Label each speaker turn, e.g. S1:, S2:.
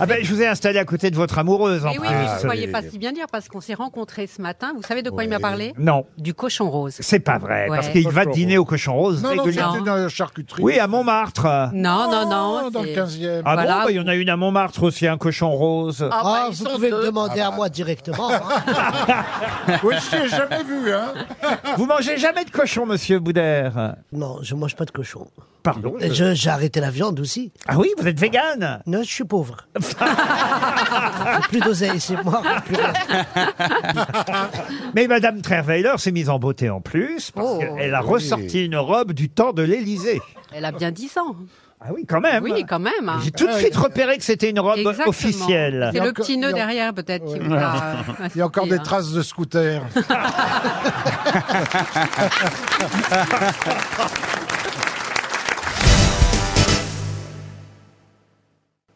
S1: Ah ben, je vous ai installé à côté de votre amoureuse en
S2: Mais oui,
S1: plus.
S2: mais
S3: euh,
S2: vous ne croyez pas si bien dire parce qu'on s'est rencontrés ce matin. Vous savez de quoi il m'a parlé
S1: Non,
S2: Du cochon rose.
S1: c'est pas vrai, parce
S2: Ouais.
S1: qu'il va
S3: Cochon
S1: dîner au cochon rose
S3: Non, non, c'était
S1: régulièrement.
S2: non.
S3: dans la charcuterie.
S1: Oui, à Montmartre. Ah
S2: Non, non,
S3: Ah,
S2: non.
S3: Dans le
S2: c'est-
S3: 15e.
S1: bon, bah, il
S2: Voilà.
S1: y en a une à Montmartre aussi, un cochon rose.
S2: Ah, bah,
S4: Ah,
S2: ils
S4: vous
S2: sont
S4: pouvez
S2: deux.
S4: me demander à moi directement. hein.
S3: Oui, je t'ai jamais vu, hein.
S2: Ah.
S1: Vous mangez jamais de cochon, monsieur Boudère
S4: non, je mange pas de cochon.
S1: Pardon
S4: Et je- J'ai arrêté la viande aussi.
S1: Ah oui, vous êtes végane
S4: Non, je suis pauvre. J'ai plus d'oseille, c'est moi. plus rien.
S1: Mais Madame Trerweiler s'est mise en beauté en plus, parce
S2: Oh.
S1: qu'elle a ressorti une robe du temps de l'Élysée.
S2: Elle a bien 10 ans.
S1: Ah oui, quand même.
S2: Oui, quand même. hein. Ah
S1: J'ai tout de suite repéré que c'était une robe
S2: Exactement.
S1: officielle.
S2: C'est
S3: Il y a
S2: le
S3: encore-
S2: petit
S3: il y
S2: nœud
S3: a-
S2: derrière peut-être qui vous a. hein.
S3: Il y a
S2: euh,
S3: encore des traces de scooter.